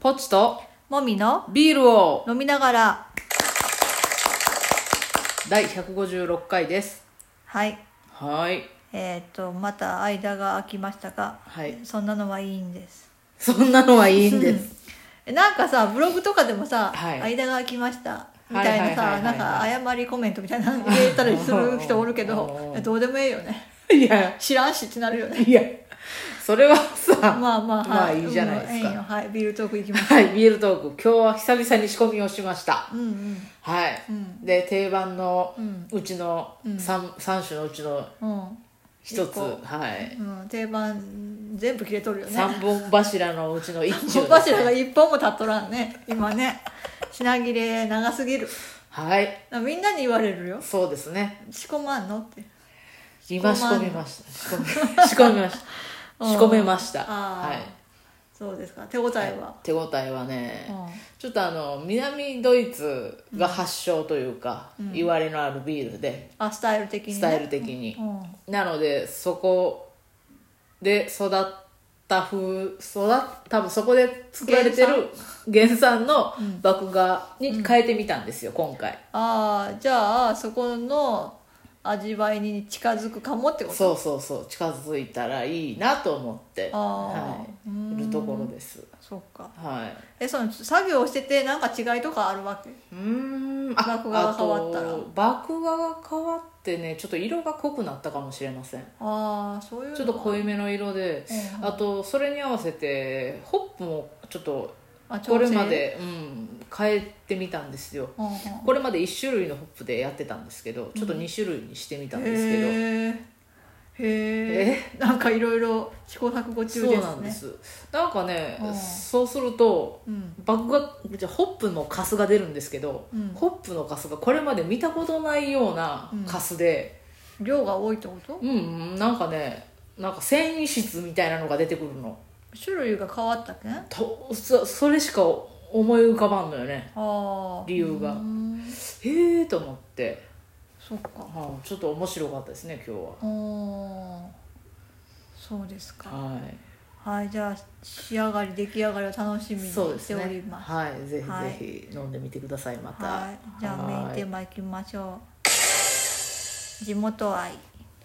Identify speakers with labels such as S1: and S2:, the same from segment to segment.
S1: ポチと
S2: もみの
S1: ビールを
S2: 飲みながら
S1: 第156回です
S2: はい
S1: はい
S2: えっ、とまた間が空きましたが、
S1: はい
S2: そんなのはいいんです
S1: そんなのはいいんです
S2: えなんかさブログとかでもさ、
S1: はい
S2: 間が空きましたみ
S1: はい
S2: たいな
S1: はいは
S2: さ
S1: い
S2: な
S1: は
S2: ん
S1: い
S2: か
S1: はい
S2: 謝りコメントみたいなの入れたりする人おるけ
S1: お
S2: ど
S1: ー
S2: どうで もいいよね
S1: いや
S2: 知らんしってなるよね
S1: いやそれはさ
S2: まあまあはい、
S1: まあいいじゃないですか
S2: うんええよはいビールトークいきます
S1: はいビールトーク今日は久々に仕込みをしました
S2: うんうん
S1: はい、
S2: うん
S1: で定番の
S2: うん
S1: うちの 3,、三種のうちの
S2: うん
S1: 一つ
S2: 一個
S1: はい
S2: うん、定番全部切れとるよね
S1: 三本柱のうちの一
S2: 本
S1: 柱
S2: 柱が一本も立っとらんね今ね品切れ長すぎる
S1: はい
S2: みんなに言われるよ
S1: そうですね
S2: 仕込まんのって
S1: 今仕
S2: 仕込まん
S1: 込みました仕込み仕込みました
S2: うん
S1: 仕込めました
S2: あー
S1: はい
S2: そうですか手応えは、
S1: 手応えはね、
S2: うん
S1: ちょっとあの南ドイツが発祥というか、言われのあるビールで、
S2: あスタイル的に、ね、
S1: スタイル的に、
S2: うん
S1: なのでそこで育った風育っ多分そこで作られてる原産の麦芽に変えてみたんですよ、今回
S2: ああじゃあそこの味わいに近づくかもってこと
S1: そうそうそう近づいたらいいなと思って
S2: あ
S1: は
S2: ーう
S1: いいるところです
S2: そっか
S1: はい
S2: えその作業しててなんか違いとかあるわけ
S1: うーん
S2: 麦芽が変わったら
S1: あと麦芽が変わってねちょっと色が濃くなったかもしれません
S2: ああそういうの
S1: ちょっと濃いめの色で、
S2: うん
S1: あとそれに合わせてホップもちょっと
S2: あ調
S1: これ
S2: 整
S1: まで、うん、変えてみたんですよ
S2: うんうん
S1: これまで1種類のホップでやってたんですけどちょっと2種類にしてみたんですけど、
S2: へーへえなんかいろいろ試行錯誤
S1: そ
S2: 中ですね
S1: うなんですなんかね、
S2: うん
S1: そうすると
S2: うん
S1: バッグがじゃあホップのカスが出るんですけど、
S2: うん
S1: ホップのカスがこれまで見たことないようなカスで、
S2: 量が多いってこと
S1: うん、うんなんかねなんか繊維質みたいなのが出てくるの
S2: 種類が変わったけんあ
S1: とそそれしか思い浮かばんのよね
S2: あ
S1: 理由が
S2: うーん
S1: へえと思って、
S2: そっか
S1: はあ、ちょっと面白かったですね今日
S2: あーそうですか
S1: はは
S2: はいじゃあ仕上がり出来上がりを楽し
S1: い
S2: みに
S1: そうで
S2: し
S1: す
S2: ており
S1: ね
S2: ます
S1: はいぜ
S2: はい
S1: ひぜひ飲んでみてくださいまた
S2: はいじゃあメインテーマいきましょう地元愛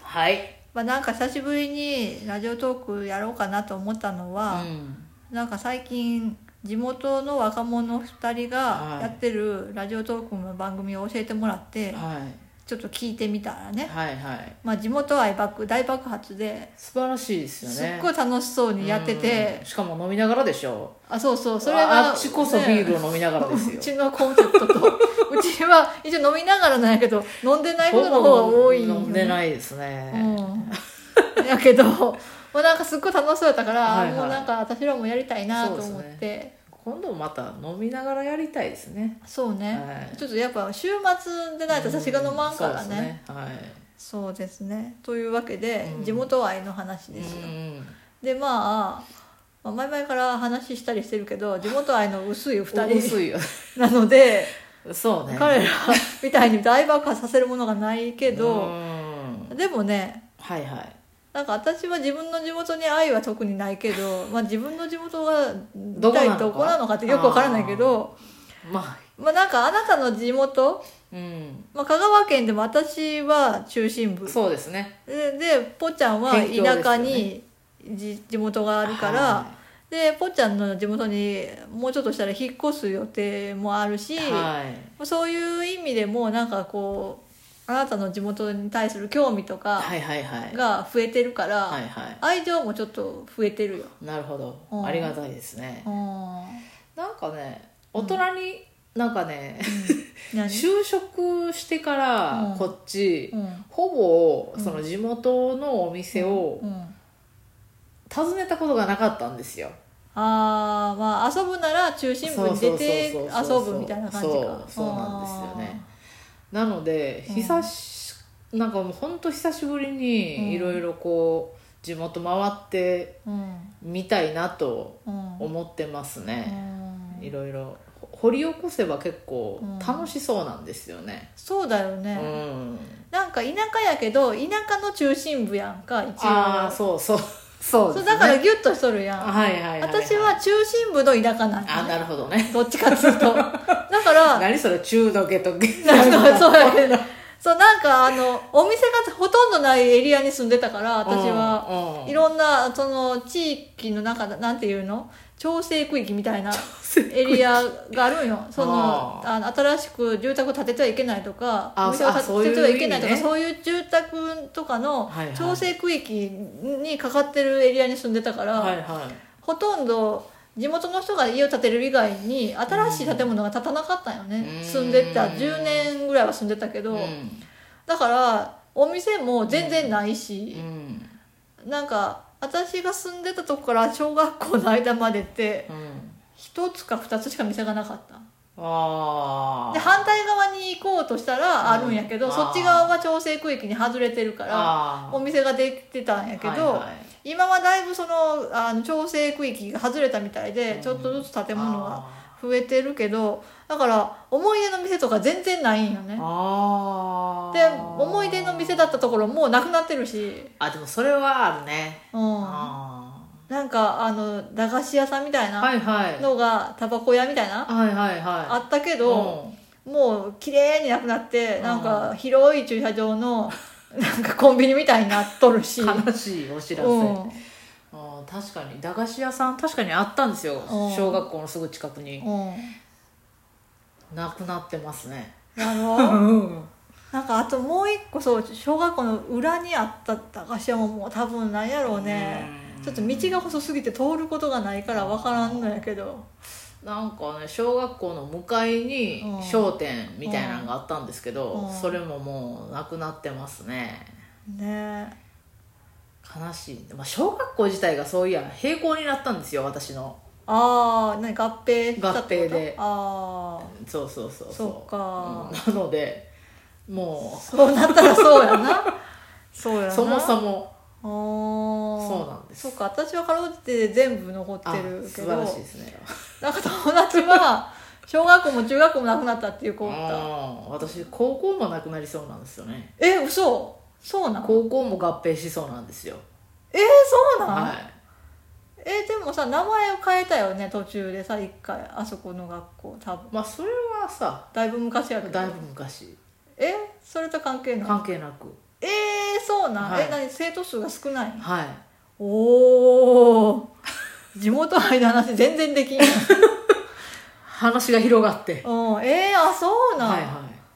S1: はい
S2: まあ、なんか久しぶりにラジオトークやろうかなと思ったのは
S1: は、いうん
S2: なんか最近地元の若者2人
S1: は
S2: が
S1: い
S2: やってるラジオトークの番組を教えてもらって、
S1: はい
S2: ちょっと聞いてみたらね、
S1: はいはい
S2: まあ、地元愛爆大爆発で
S1: 素晴らしいですよね
S2: すっごい楽しそうにやってて
S1: うん、しかも飲みながらでしょ
S2: あそうそうそれ
S1: あ
S2: が
S1: あっちこそビールを飲みながらです
S2: ねう
S1: よ
S2: ちのコンセ プトとうちは一応飲みながらなんやけど飲んでないことの方が多いよね
S1: 飲んでないですね、
S2: うん、やけどもうなんかすっごい楽しそうやったから、
S1: はいはい
S2: もうなんか私らもやりたいなと思っ
S1: そう
S2: て
S1: 今度また飲みながらやりたいですね
S2: そうね、
S1: はい
S2: ちょっとやっぱ週末でないと私が飲まんからね,、
S1: う
S2: そう
S1: そうです
S2: ね
S1: はい
S2: というわけで、
S1: うん
S2: 地元愛の話です
S1: う
S2: よ、
S1: ん
S2: でまあまあ前々から話したりしてるけど地元愛の薄い
S1: うん、
S2: 2人
S1: 薄いよ
S2: なので、
S1: そうね
S2: 彼らみたいに大爆破させるものがないけ
S1: う
S2: ど、
S1: ん
S2: でもね
S1: はいはい
S2: なんか私は自分の地元に愛は特にないけ ど、まあ、自分の地元が
S1: ど
S2: 一
S1: こなの
S2: 体
S1: か
S2: どこなのかってよくわからないけど
S1: まあ
S2: まあなんかあなたの地元、
S1: うん
S2: まあ、香川県でも私は中心部
S1: そうですね
S2: ででぽっちゃんは
S1: 辺境ですよ
S2: 田
S1: ね
S2: 舎にじ、地元があるから、
S1: は
S2: でぽっちゃんの地元にもうちょっとしたら引っ越す予定もあるし、
S1: いはい
S2: そういう意味でもなんかこうあなたの地元に対する興味とか
S1: はいはいはい
S2: が増えてるから。
S1: はいは
S2: 愛情もちょっと増えてるよ、
S1: いなるほど、
S2: うん
S1: ありがたいですねなんかね大人に、なんかね、
S2: 何
S1: 就職してから
S2: うん
S1: こっち、
S2: うん
S1: ほ
S2: う
S1: ぼ
S2: ん
S1: その地元のお店を
S2: うん、
S1: 訪ねたことがなかったんですよ、
S2: ああまあ遊ぶなら中心部に出て遊
S1: そうそうそうそう
S2: ぶみたいな感じか
S1: そうそうなんですよねなので
S2: うん
S1: 久し、なんかもうほんと久しぶり
S2: うん
S1: にいろいろこう地元回って
S2: あー
S1: みたいなと
S2: うんうん
S1: 思ってますね、
S2: うん
S1: いろいろほ掘り起こせば結構楽しそうなんですよね
S2: そうだよ
S1: う
S2: ね、
S1: ん、
S2: なんか田舎やけど田舎の中心部やんか一応
S1: ああそうそう そう
S2: そ
S1: で
S2: う
S1: す
S2: だ
S1: ね
S2: からギュッとしとるやん、
S1: はいはいいい
S2: 私は中心部の田舎なん
S1: あ
S2: だ、ね、
S1: なるほどね
S2: どっちかってい うとだから
S1: 何それ中毒ゲとゲ
S2: なんかそうやけどそうなんかあのお店がほとんどないエリアに住んでたから私は、
S1: は、うん
S2: いろんなその地域の中だなんていうの調整区域みたいな
S1: 整
S2: エリアがあるんよその
S1: あ
S2: あの新しく住宅を建ててはいけないとか
S1: あ
S2: お店を建ててはいけないとかそ
S1: そう
S2: いう住宅とかの
S1: はいはい
S2: 調整区域にかかってるエリアに住んでたから、
S1: はいはい
S2: ほとんど地元の人が家を建てる以外に新しい建物が建たなかったんよね
S1: うん
S2: 住んでた10年ぐらいは住んでたけど、
S1: うん
S2: だからお店も全然ないし、
S1: うん
S2: なんか私が住んでたとこから小学校の間までって
S1: うん
S2: 1つか2つしか店がなかった
S1: あ
S2: で反対側に行こうとしたらあるんやけど、
S1: うん
S2: そっち側は調整区域に外れてるから
S1: あ
S2: お店ができてたんやけど、
S1: はいはい
S2: 今はだいぶそのあの調整区域が外れたみたいで、
S1: うん
S2: ちょっとずつ建物が
S1: あ
S2: 増えてるけどだから思い出の店とか全然ないんよね
S1: あ
S2: で思い出の店だったところもうなくなってるし、
S1: あでもそれはあるね
S2: うん、
S1: あ
S2: なんかあの駄菓子屋さんみたい
S1: ー
S2: な
S1: はいはい
S2: のがタバコ屋みたいな
S1: はいはいはい
S2: あったけど、
S1: と
S2: もう綺麗になくなって
S1: ん
S2: なんか広い駐車場の なんかコンビニみたいになっとるし、うん、
S1: 悲しいお知らせ、
S2: うん
S1: あー確かに駄菓子屋さん確かにあったんですよ
S2: うん
S1: 小学校のすぐ近くになくなってますね
S2: なる
S1: う
S2: ほど
S1: ん
S2: なんかあともう一個そう小学校の裏にあった駄菓子屋ももう多分なんやろうねちょっと道が細すぎて通ることがないから分からんのやけど
S1: なんかね小学校の向かいに
S2: うん
S1: 商店みたいなのがあったんですけど、
S2: うん
S1: それももうなくなってますね
S2: ね
S1: 悲しい、まあ、小学校自体がそういや閉校になったんですよ私の
S2: ああ何合併したっ
S1: 合
S2: てこと
S1: 併で
S2: あ
S1: そうそうそう
S2: そっか
S1: うんなのでも
S2: あそうなったらそう やなそうや
S1: う
S2: な
S1: そもそも
S2: も
S1: そうなんです
S2: そうか私はかろうじて全部残って
S1: あ
S2: るけ
S1: 素晴
S2: ど
S1: らしいですね
S2: なんか友達 は小学校も中学校もなくなったっていう子おった
S1: うん私高校もなくなりそうなんですよね
S2: え嘘そうなん
S1: 高校も合併しそうなんですよ
S2: えー、そうなん、
S1: はい
S2: えでもさ名前を変えたよね途中でさ一回あそこの学校多分
S1: まあそれはさ
S2: だいぶ昔やけど
S1: だいぶ昔
S2: えそれと関係ない
S1: 関係なく
S2: えー、そうなん、
S1: はい
S2: え何生徒数が少ない
S1: はい
S2: お お地元愛の話全然できん、うん、
S1: 話が広がって
S2: えー、あ そうなん、
S1: はいはい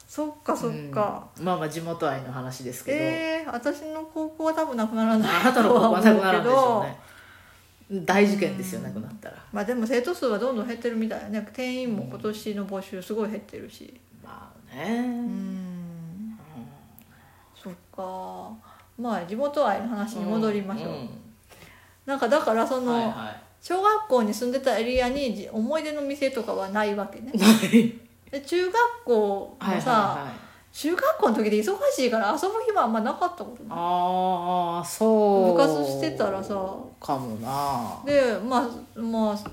S2: そっかそっか、
S1: うんまあまあ地元愛の話ですけど、
S2: えー、私の高校は多分なくならない
S1: あなたの子はなくなるんでし
S2: とは
S1: ょ
S2: 思
S1: う
S2: けど
S1: ね大事件ですよなくなったら
S2: まあでも生徒数はどんどん減ってるみたいね定員も今年の募集すごい減ってるし
S1: まあね
S2: うんそっかまあ地元愛の話に戻りましょう、
S1: ん
S2: なんかだからその、
S1: はいは
S2: 小学校に住んでたエリアにじ思い出の店とかはないわけね
S1: いはい
S2: で中学校もさ、
S1: はいはい
S2: 中学校の時で忙しいから遊ぶ暇あんまなかったことない
S1: ああそう
S2: 部活してたらさ
S1: かもな
S2: でまあまあ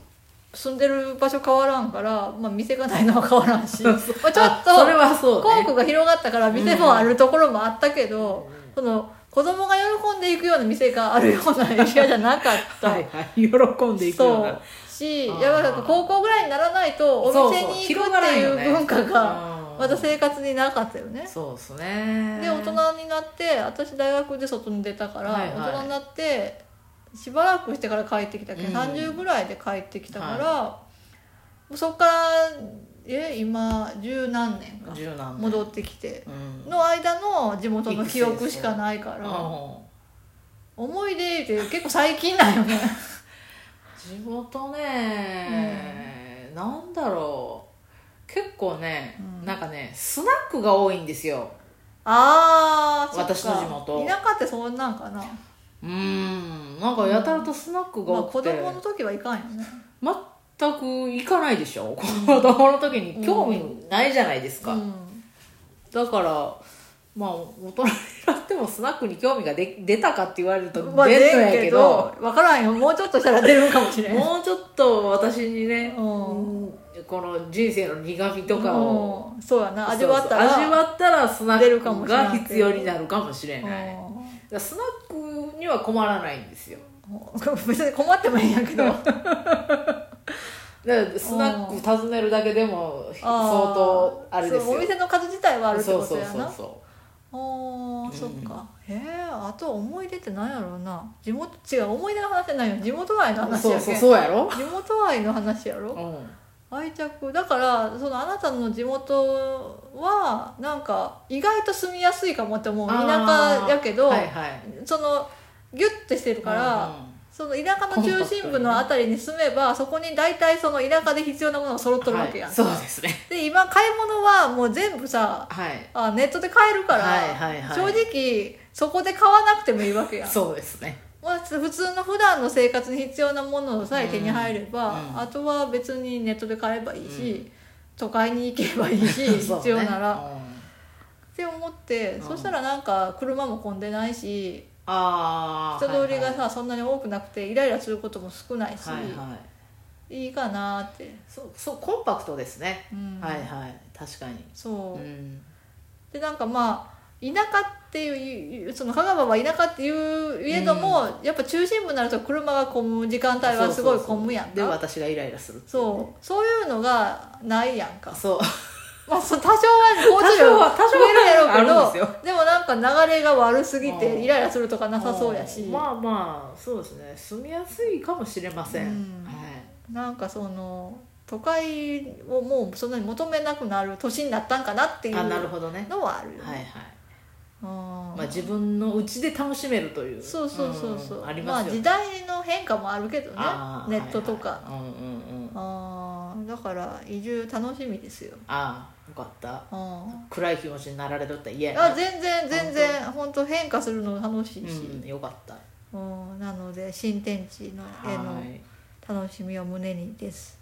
S2: 住んでる場所変わらんから、まあ、店がないのは変わらんしまあちょっ
S1: あそれ
S2: と
S1: はそう
S2: 校
S1: ね
S2: 区が広がったから店もあるところもあったけど、
S1: う
S2: その子供が喜んでいくような店があるようなエリアじゃなかった、
S1: はいはい喜んでいくよう
S2: そ
S1: な
S2: うし
S1: あー
S2: やっぱ高校ぐらいにならないとお店に行くっていう文化がまた生活になかったよね
S1: そうですね
S2: で大人になって私大学で外に出たから、
S1: はいはい
S2: 大人になってしばらくしてから帰ってきたけど、
S1: うん
S2: 30ぐらいで帰ってきたから、もうそっからえ今十何年か
S1: 十何年
S2: 戻ってきて
S1: うん
S2: の間の地元の記憶しかないか
S1: う
S2: ら
S1: ん
S2: 思い出って結構最近だよね
S1: 地元ね、なんだろう結構ね、
S2: うん
S1: なんかねスナックが多いんですよ
S2: ああ
S1: 私の地元
S2: 田舎ってそんなんかな、
S1: うーんなんかやたらとスナックが
S2: まあ、
S1: 多
S2: 子
S1: くて、
S2: 供の時はいかんよね
S1: 全く行かないでしょ子供の時に興味ないじゃないですか、
S2: うん
S1: だからまあ大人になってもスナックに興味がで出たかって言われると出ん
S2: ま
S1: の
S2: あ出
S1: や
S2: ん
S1: け
S2: け
S1: ど
S2: ど分からんよもうちょっとしたら出るかもしれん
S1: もうちょっと私にね、
S2: うん
S1: この人生の苦 みとかを、
S2: うんそうやな味わった
S1: そう
S2: ら
S1: そう味わったらスナ
S2: 出るか
S1: ッ
S2: も
S1: ク
S2: しれない
S1: が必要になるかもしれないだか
S2: う
S1: らスナックには困らないんですよ
S2: んもう別に困ってもいいんやけど
S1: だからスナック訪ねるだけでも 相当あれです
S2: そう
S1: よ
S2: お店の数自体はあるって
S1: そ
S2: こ
S1: う
S2: と
S1: そう
S2: やな
S1: そうそ
S2: ああそっ
S1: う
S2: かへえあと思い出ってなんやろうな地元違う思い出の話じゃないよ地元愛の
S1: う
S2: 話
S1: そ
S2: や
S1: う
S2: け
S1: そうんそうやろ、
S2: 地元愛の話や
S1: う
S2: ろ
S1: ん、
S2: 愛着だからそのあなたの地元はなんか意外と住みやすいかもって思う田舎やけど、
S1: はいはい
S2: そのギュッてしてるから、その田舎の中心部のあたりに住めばそこに大体その田舎で必要なものが揃っとるわけやん、
S1: はいそうですね
S2: で今買い物はもう全部さ
S1: はい
S2: あネットで買えるから、
S1: はいはいはい
S2: 正直そこで買わなくてもいいわけやん、
S1: そうですね
S2: まあ、普通の普段の生活に必要なものさえ手に入れば、
S1: うんうん
S2: あとは別にネットで買えばいいし、都会に行けばいい し
S1: そうね
S2: 必要なら、っ
S1: うん
S2: て思って、
S1: うん
S2: そしたらなんか車も混んでないし
S1: ああ
S2: 人通りがさ、そんなに多くなくてイライラすることも少ないし、
S1: はいはい
S2: い、いかなって、
S1: そうそうコンパクトですね、
S2: うん
S1: はいはい確かに
S2: そう、
S1: うん
S2: でなんかまあ田舎っていうその香川は田舎っていういえども、やっぱ中心部になると車が混む時間帯はすごい混むやんか
S1: で私がイライラするってい
S2: そうそういうのがないやんか
S1: う そう
S2: まあそう多少は交通量は
S1: 多少は
S2: 増えるやろう
S1: あ
S2: け
S1: るんです
S2: どでもなんか流れが悪すぎ
S1: う
S2: て
S1: ん
S2: イライラするとかなさそうやし、
S1: んまあまあそうですね住みやすいかもしれません、
S2: うん
S1: はい
S2: なんかその都会をもうそんなに求めなくなる年になったんかなっていう
S1: あなるほどね
S2: のはあるよね
S1: はいはい、
S2: うん
S1: まあ、自分のうちで楽しめるという
S2: そうそうそうそう、
S1: んあり
S2: ま
S1: ま
S2: あ
S1: すよ
S2: 時代の変化もあるけどね
S1: あー
S2: ネットとか、
S1: はいはいうんうんうん
S2: あーだから移住楽しみですよ、
S1: ああよかった
S2: うん、
S1: 暗い気持ちになられとったら嫌やな
S2: あ全然全然本当変化するの楽しいし、
S1: うん、よかった
S2: うんなので新天地のへの
S1: はい
S2: 楽しみを胸にです